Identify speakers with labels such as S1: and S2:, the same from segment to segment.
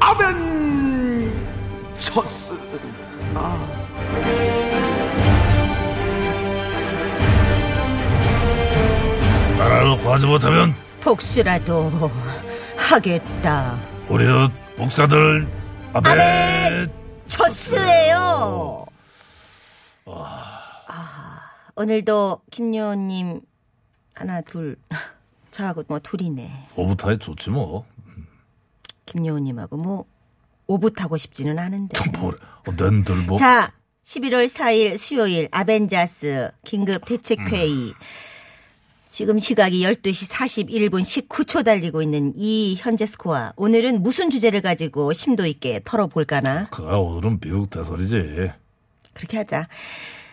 S1: 아벤처스.
S2: 나라를 구하지 못하면
S3: 복수라도 하겠다.
S2: 우리도 복사들 앞에
S3: 아멘! 첫스예요. 아, 오늘도 김여원님 하나 둘 저하고 뭐 둘이네.
S2: 오부타에 좋지 뭐.
S3: 김여원님하고 뭐 오붓하고 싶지는 않은데.
S2: 뭐래? 낸들 뭐
S3: 자, 11월 4일 수요일 아벤자스 긴급 대책회의. 지금 시각이 12시 41분 19초 달리고 있는 이 현재 스코어. 오늘은 무슨 주제를 가지고 심도 있게 털어볼까나?
S2: 그가 오늘은 미국 대설이지.
S3: 그렇게 하자.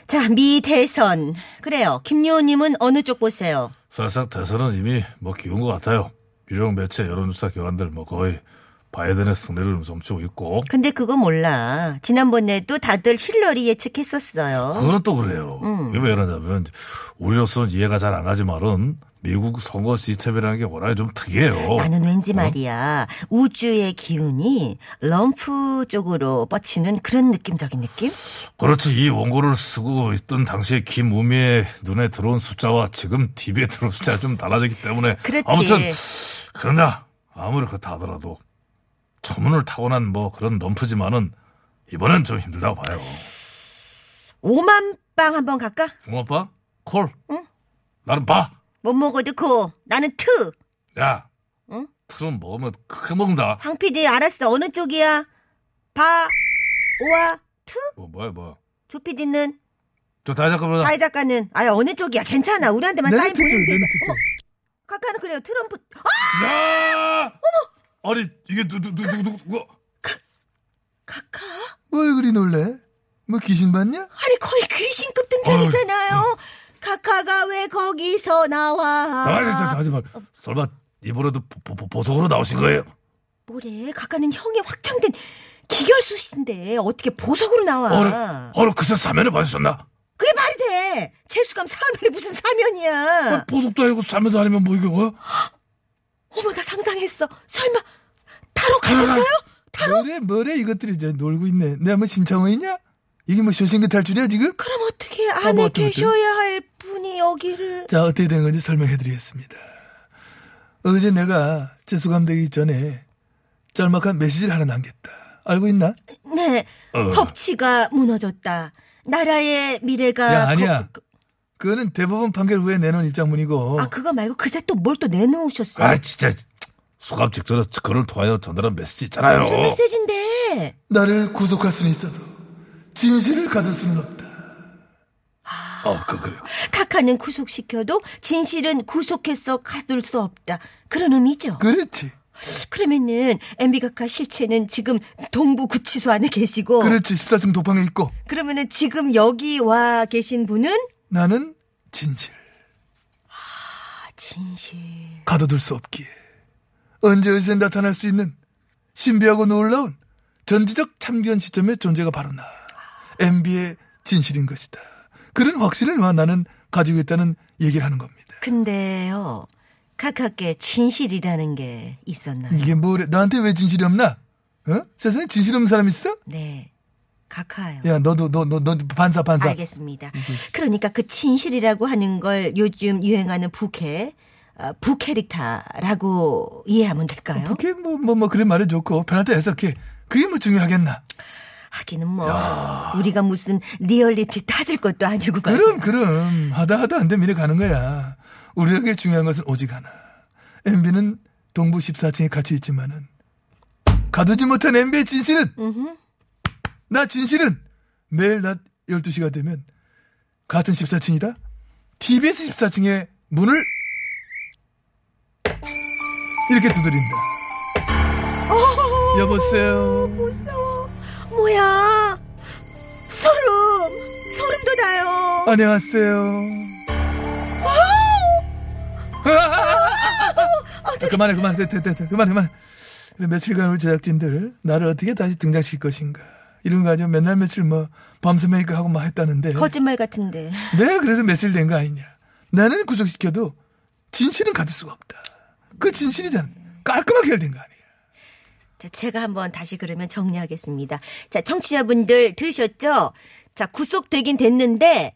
S3: 자, 미 대선. 그래요. 김요님은 어느 쪽 보세요?
S2: 사실상 대선은 이미 뭐 기운 것 같아요. 유령 매체 여론조사 기관들 뭐 거의 바이든의 승리를 점치고 있고.
S3: 근데 그거 몰라. 지난번에도 다들 힐러리 예측했었어요.
S2: 그건 또 그래요.
S3: 음.
S2: 이게 왜 이러냐면 우리로서는 이해가 잘 안 가지만은 미국 선거 시스템이라는 게 워낙에 좀 특이해요.
S3: 나는 왠지
S2: 어?
S3: 말이야. 우주의 기운이 럼프 쪽으로 뻗치는 그런 느낌적인 느낌?
S2: 그렇지 이 원고를 쓰고 있던 당시에 김우미의 눈에 들어온 숫자와 지금 TV에 들어온 숫자가 좀 달라졌기 때문에
S3: 그렇지.
S2: 아무튼 그러나 아무리 그렇다 하더라도 저문을 타고난 뭐 그런 럼프지만은 이번엔 좀 힘들다고 봐요
S3: 5만 빵 한번 갈까?
S2: 붕어빠 콜 나는 봐야
S3: 못 먹어도 고. 나는 트. 응?
S2: 틀은 먹으면 크게 먹는다
S3: 황 PD 알았어. 어느 쪽이야? 바, 오와, 트?
S2: 뭐 뭐야 뭐야
S3: 조 PD는?
S2: 저 다시
S4: 어.
S2: 잠깐만
S3: 다혜 작가는? 아야, 어느 쪽이야? 괜찮아. 우리한테만
S4: 내는
S3: 사인
S4: 특정,
S3: 보내면
S4: 내는
S3: 되잖아.
S4: 특정.
S3: 어머, 각하는 그래요. 트럼프. 아!
S2: 야 어머 아니 이게 누누누누누
S3: 각하?
S4: 뭘 그리 놀래? 뭐 귀신 봤냐?
S3: 아니, 거의 귀신급 등장이잖아요. 각하가 왜 거기서
S2: 아.
S3: 나와?
S2: 잠깐만 잠깐만 설마 이번에도 보- 보- 보석으로 나오신 거예요?
S3: 뭐래? 각하는 형이 확장된 기결수신데 어떻게 보석으로 나와? 아.
S2: 어르, 어르, 그새 사면을 받으셨나?
S3: 그게 말이 돼! 재수감 사면이 무슨 사면이야!
S4: 어.
S2: 보석도 아니고 사면도 아니면 뭐 이게 뭐?
S3: 어머 나 상상했어. 설마 타로 가셨어요?
S4: 아, 뭐래 뭐래 이것들이 이제 놀고 있네. 내가 뭐 신창호이냐? 이게 뭐 쇼생크 탈출이야 지금?
S3: 그럼 어떻게
S4: 아,
S3: 안에
S4: 뭐 어쩌면
S3: 계셔야 할 분이 여기를
S4: 자 어떻게 된 건지 설명해드리겠습니다. 어제 내가 재수감되기 전에 짤막한 메시지를 하나 남겼다. 알고 있나?
S3: 네
S4: 어.
S3: 법치가 무너졌다. 나라의 미래가
S4: 야 아니야.
S3: 거-
S4: 그거는 대법원 판결 후에 내놓은 입장문이고. 네.
S3: 아 그거 말고 그새 또 뭘 또 내놓으셨어요?
S2: 아 진짜 수감 직전에 그를 통하여 전달한 메시지 있잖아요.
S4: 어.
S3: 무슨 메시지인데?
S4: 나를 구속할 수는 있어도 진실을 가둘 수는 없다.
S2: 어, 그, 그,
S3: 카카는 구속시켜도 진실은 구속해서 가둘 수 없다. 그런 의미죠.
S4: 그렇지.
S3: 그, 러면은 MB 카카 실체는 지금 동부 구치소 안에 계시고
S4: 그렇지. 14층 도방에 있고
S3: 그러면은 지금 여기 와 계신 분은
S4: 나는 진실.
S3: 아, 진실.
S4: 가둬둘 수 없기에 언제 어디서 나타날 수 있는 신비하고 놀라운 전지적 참견 시점의 존재가 바로 나 MB의 진실인 것이다 그런 확신을 와 나는 가지고 있다는 얘기를 하는 겁니다
S3: 근데요, 각각의 진실이라는 게 있었나요?
S4: 이게 뭐래 너한테 왜 진실이 없나 어? 세상에 진실 없는 사람 있어?
S3: 네, 각하요.
S4: 야 너도 너 너 너 반사 반사
S3: 알겠습니다. 그러니까 그 진실이라고 하는 걸 요즘 유행하는 부캐, 어, 부캐릭터라고 이해하면 될까요?
S4: 그게 뭐 뭐 뭐 그런 말이 좋고 편할 때 해석해 그게 뭐 중요하겠나
S3: 하기는 뭐 우리가 무슨 리얼리티 따질 것도 아니고
S4: 그럼 그럼 하다 하다 안 되면 이래 가는 거야. 우리에게 중요한 것은 오직 하나. MB는 동부 14층에 갇혀 있지만은 가두지 못한 MB의 진실은 나 진실은 매일 낮 12시가 되면 같은 14층이다. TBS 14층에 문을 이렇게 두드린다.
S3: 말이야.
S4: 여보세요.
S3: 무서워. 뭐야? 소름. 소름 돋아요.
S4: 안녕하세요. 아, 그만해 그만해 됐, 됐, 됐, 그만해 그만해 그래, 며칠간 우리 제작진들 나를 어떻게 다시 등장시킬 것인가 이런 거 아주 맨날 며칠 뭐 밤새 메이크하고 막
S2: 음.
S4: 했다는데
S3: 거짓말 같은데.
S4: 네, 그래서 매실 된거 아니냐. 나는 구속시켜도 진실은 가질 수가 없다. 그 진실이잖아. 깔끔하게 해결된 거 아니야.
S3: 자, 제가 한번 다시 그러면 정리하겠습니다. 자, 청취자분들 들으셨죠? 자, 구속되긴 됐는데,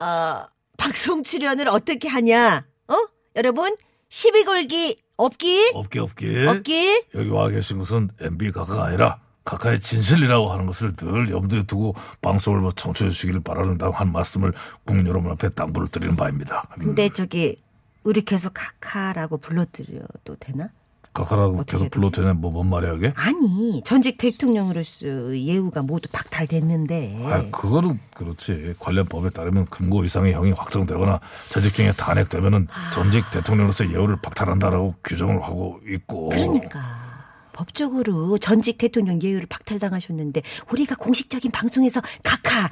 S3: 어, 방송 출연을 어떻게 하냐? 어? 여러분, 시비 걸기 없기?
S2: 없게 없게.
S3: 없기?
S2: 여기 와 계신 것은 MB 가카가 아니라 가카의 진실이라고 하는 것을 늘 염두에 두고 방송을 뭐 청취해 주시길 바라는다고 한 말씀을 국민 여러분 앞에 당부를 드리는 바입니다. 음,
S3: 근데 저기, 우리 계속 카카라고 불러드려도 되나?
S2: 가카라고
S3: 어떻게
S2: 계속 불러도 되네. 뭐 뭔 말이야 이게?
S3: 아니, 전직 대통령으로서 예우가 모두 박탈됐는데.
S2: 아, 그거는 그렇지. 관련 법에 따르면 금고 이상의 형이 확정되거나 재직 중에 탄핵되면은
S3: 아.
S2: 전직 대통령으로서 예우를 박탈한다라고 규정을 하고 있고.
S3: 그러니까. 법적으로 전직 대통령 예우를 박탈당하셨는데 우리가 공식적인 방송에서 각하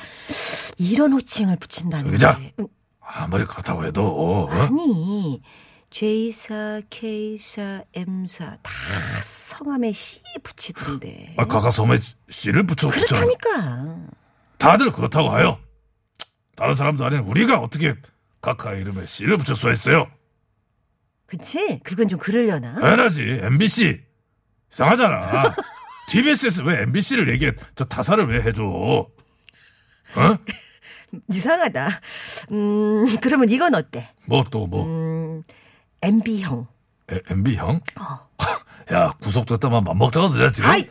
S3: 이런 호칭을 붙인다는
S2: 의자!
S3: 게 음,
S2: 아무리 그렇다고 해도 어?
S3: 아니 J사, K사, M사 다 성함에 C 붙이던데
S2: 아, 그렇죠. 가카 섬에 씨를 붙여 붙여.
S3: 그렇다니까
S2: 다들 그렇다고 하여 다른 사람도 아닌 우리가 어떻게 각하 이름에 씨를 붙일 수가 있어요?
S3: 그치? 그건 좀
S2: 어?
S3: 그러려나?
S2: 당연하지 MBC 이상하잖아 TBS에서 왜 MBC를 얘기해 저 타사를 왜 해줘 어?
S3: 이상하다 음 그러면 이건 어때?
S2: 뭐 또 뭐
S3: MB형
S2: MB형? 야 구속됐다만 맘먹자가 되냐 지금
S3: 어. 아이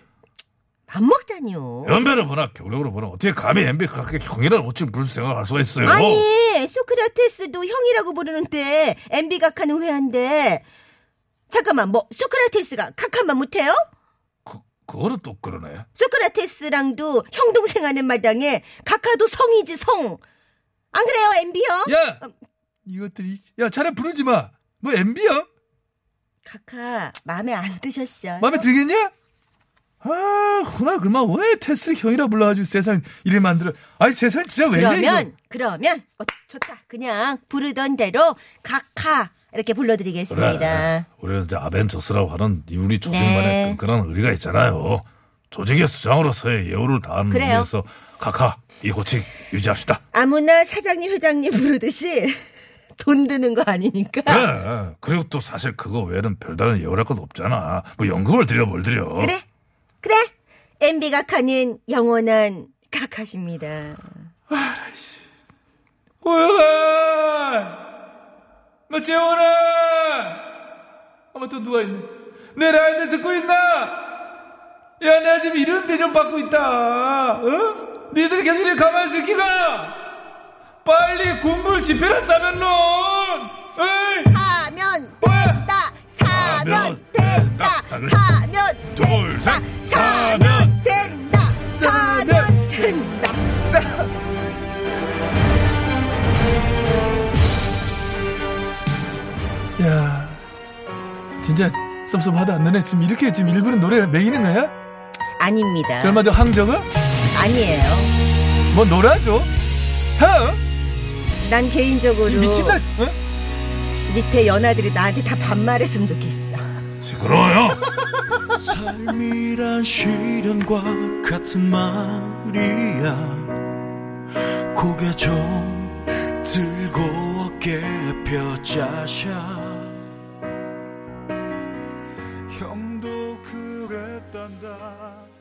S3: 안 먹자니요
S2: 연배를 보나 경력으로 보나 어떻게 감히 MB 각하 형이라는 호칭 부를 생각을 할 수가 있어요
S3: 아니 소크라테스도 형이라고 부르는데 MB 각하는 후회한데 잠깐만 뭐 소크라테스가 각하만 못해요?
S2: 그, 그거는 또 그러네
S3: 소크라테스랑도 형 동생 하는 마당에 각하도 성이지 성. 안 그래요 MB 형?
S4: 야! 이것들이. 야, 차라리 부르지 마. 뭐 MB야?
S3: 각하 마음에 안 드셨어요?
S4: 마음에 들겠냐? 아, 호나 그마 왜 테스를 형이라 불러가지고 세상 이래 만들어. 아니, 세상 진짜 왜 이래, 이거.
S3: 그러면 그러면 어, 좋다 그냥 부르던 대로 각하 이렇게 불러드리겠습니다.
S2: 우리는 이제 아벤져스라고 하는 이 우리
S3: 네.
S2: 조직만의 끈끈한 의리가 있잖아요. 조직의 수장으로서의 예우를 다하는
S3: 그래요.
S2: 의미에서 각하 이 호칭 유지합시다.
S3: 아무나 사장님 회장님 부르듯이 돈 드는 거 아니니까.
S2: 네. 그리고 또 사실 그거 외에는 별다른 예우랄 건 없잖아. 뭐 연금을 드려 뭘 드려.
S3: 그래, 그래. MB 각하는 영원한 각하십니다.
S4: 호영아! 뭐, 재원아! 아마 또 누가 있네. 내 라인을 듣고 있나? 야, 내가 지금 이런 대접 받고 있다. 어? 니들 계속 이렇게 가만히 있을 기가! 빨리 군불 집회나 싸면 놈! 에이!
S3: 사면 됐다. 사면 됐다. 사면
S2: 둘,
S3: 됐다.
S2: 셋.
S3: 사면 된다. 사면 된다.
S4: 야, 진짜 섭섭하다. 너네 지금 이렇게 지금 일부러 노래를 매이는 거야?
S3: 아닙니다.
S4: 젊어 저 항저가?
S3: 아니에요.
S4: 뭐 놀아줘? 어?
S3: 난 개인적으로
S4: 미친다. 어?
S3: 밑에 연하들이 나한테 다 반말했으면 좋겠어.
S2: 시끄러워요.
S5: 삶이란 시련과 같은 말이야 고개 좀 들고 어깨 펴자샤 형도 그랬단다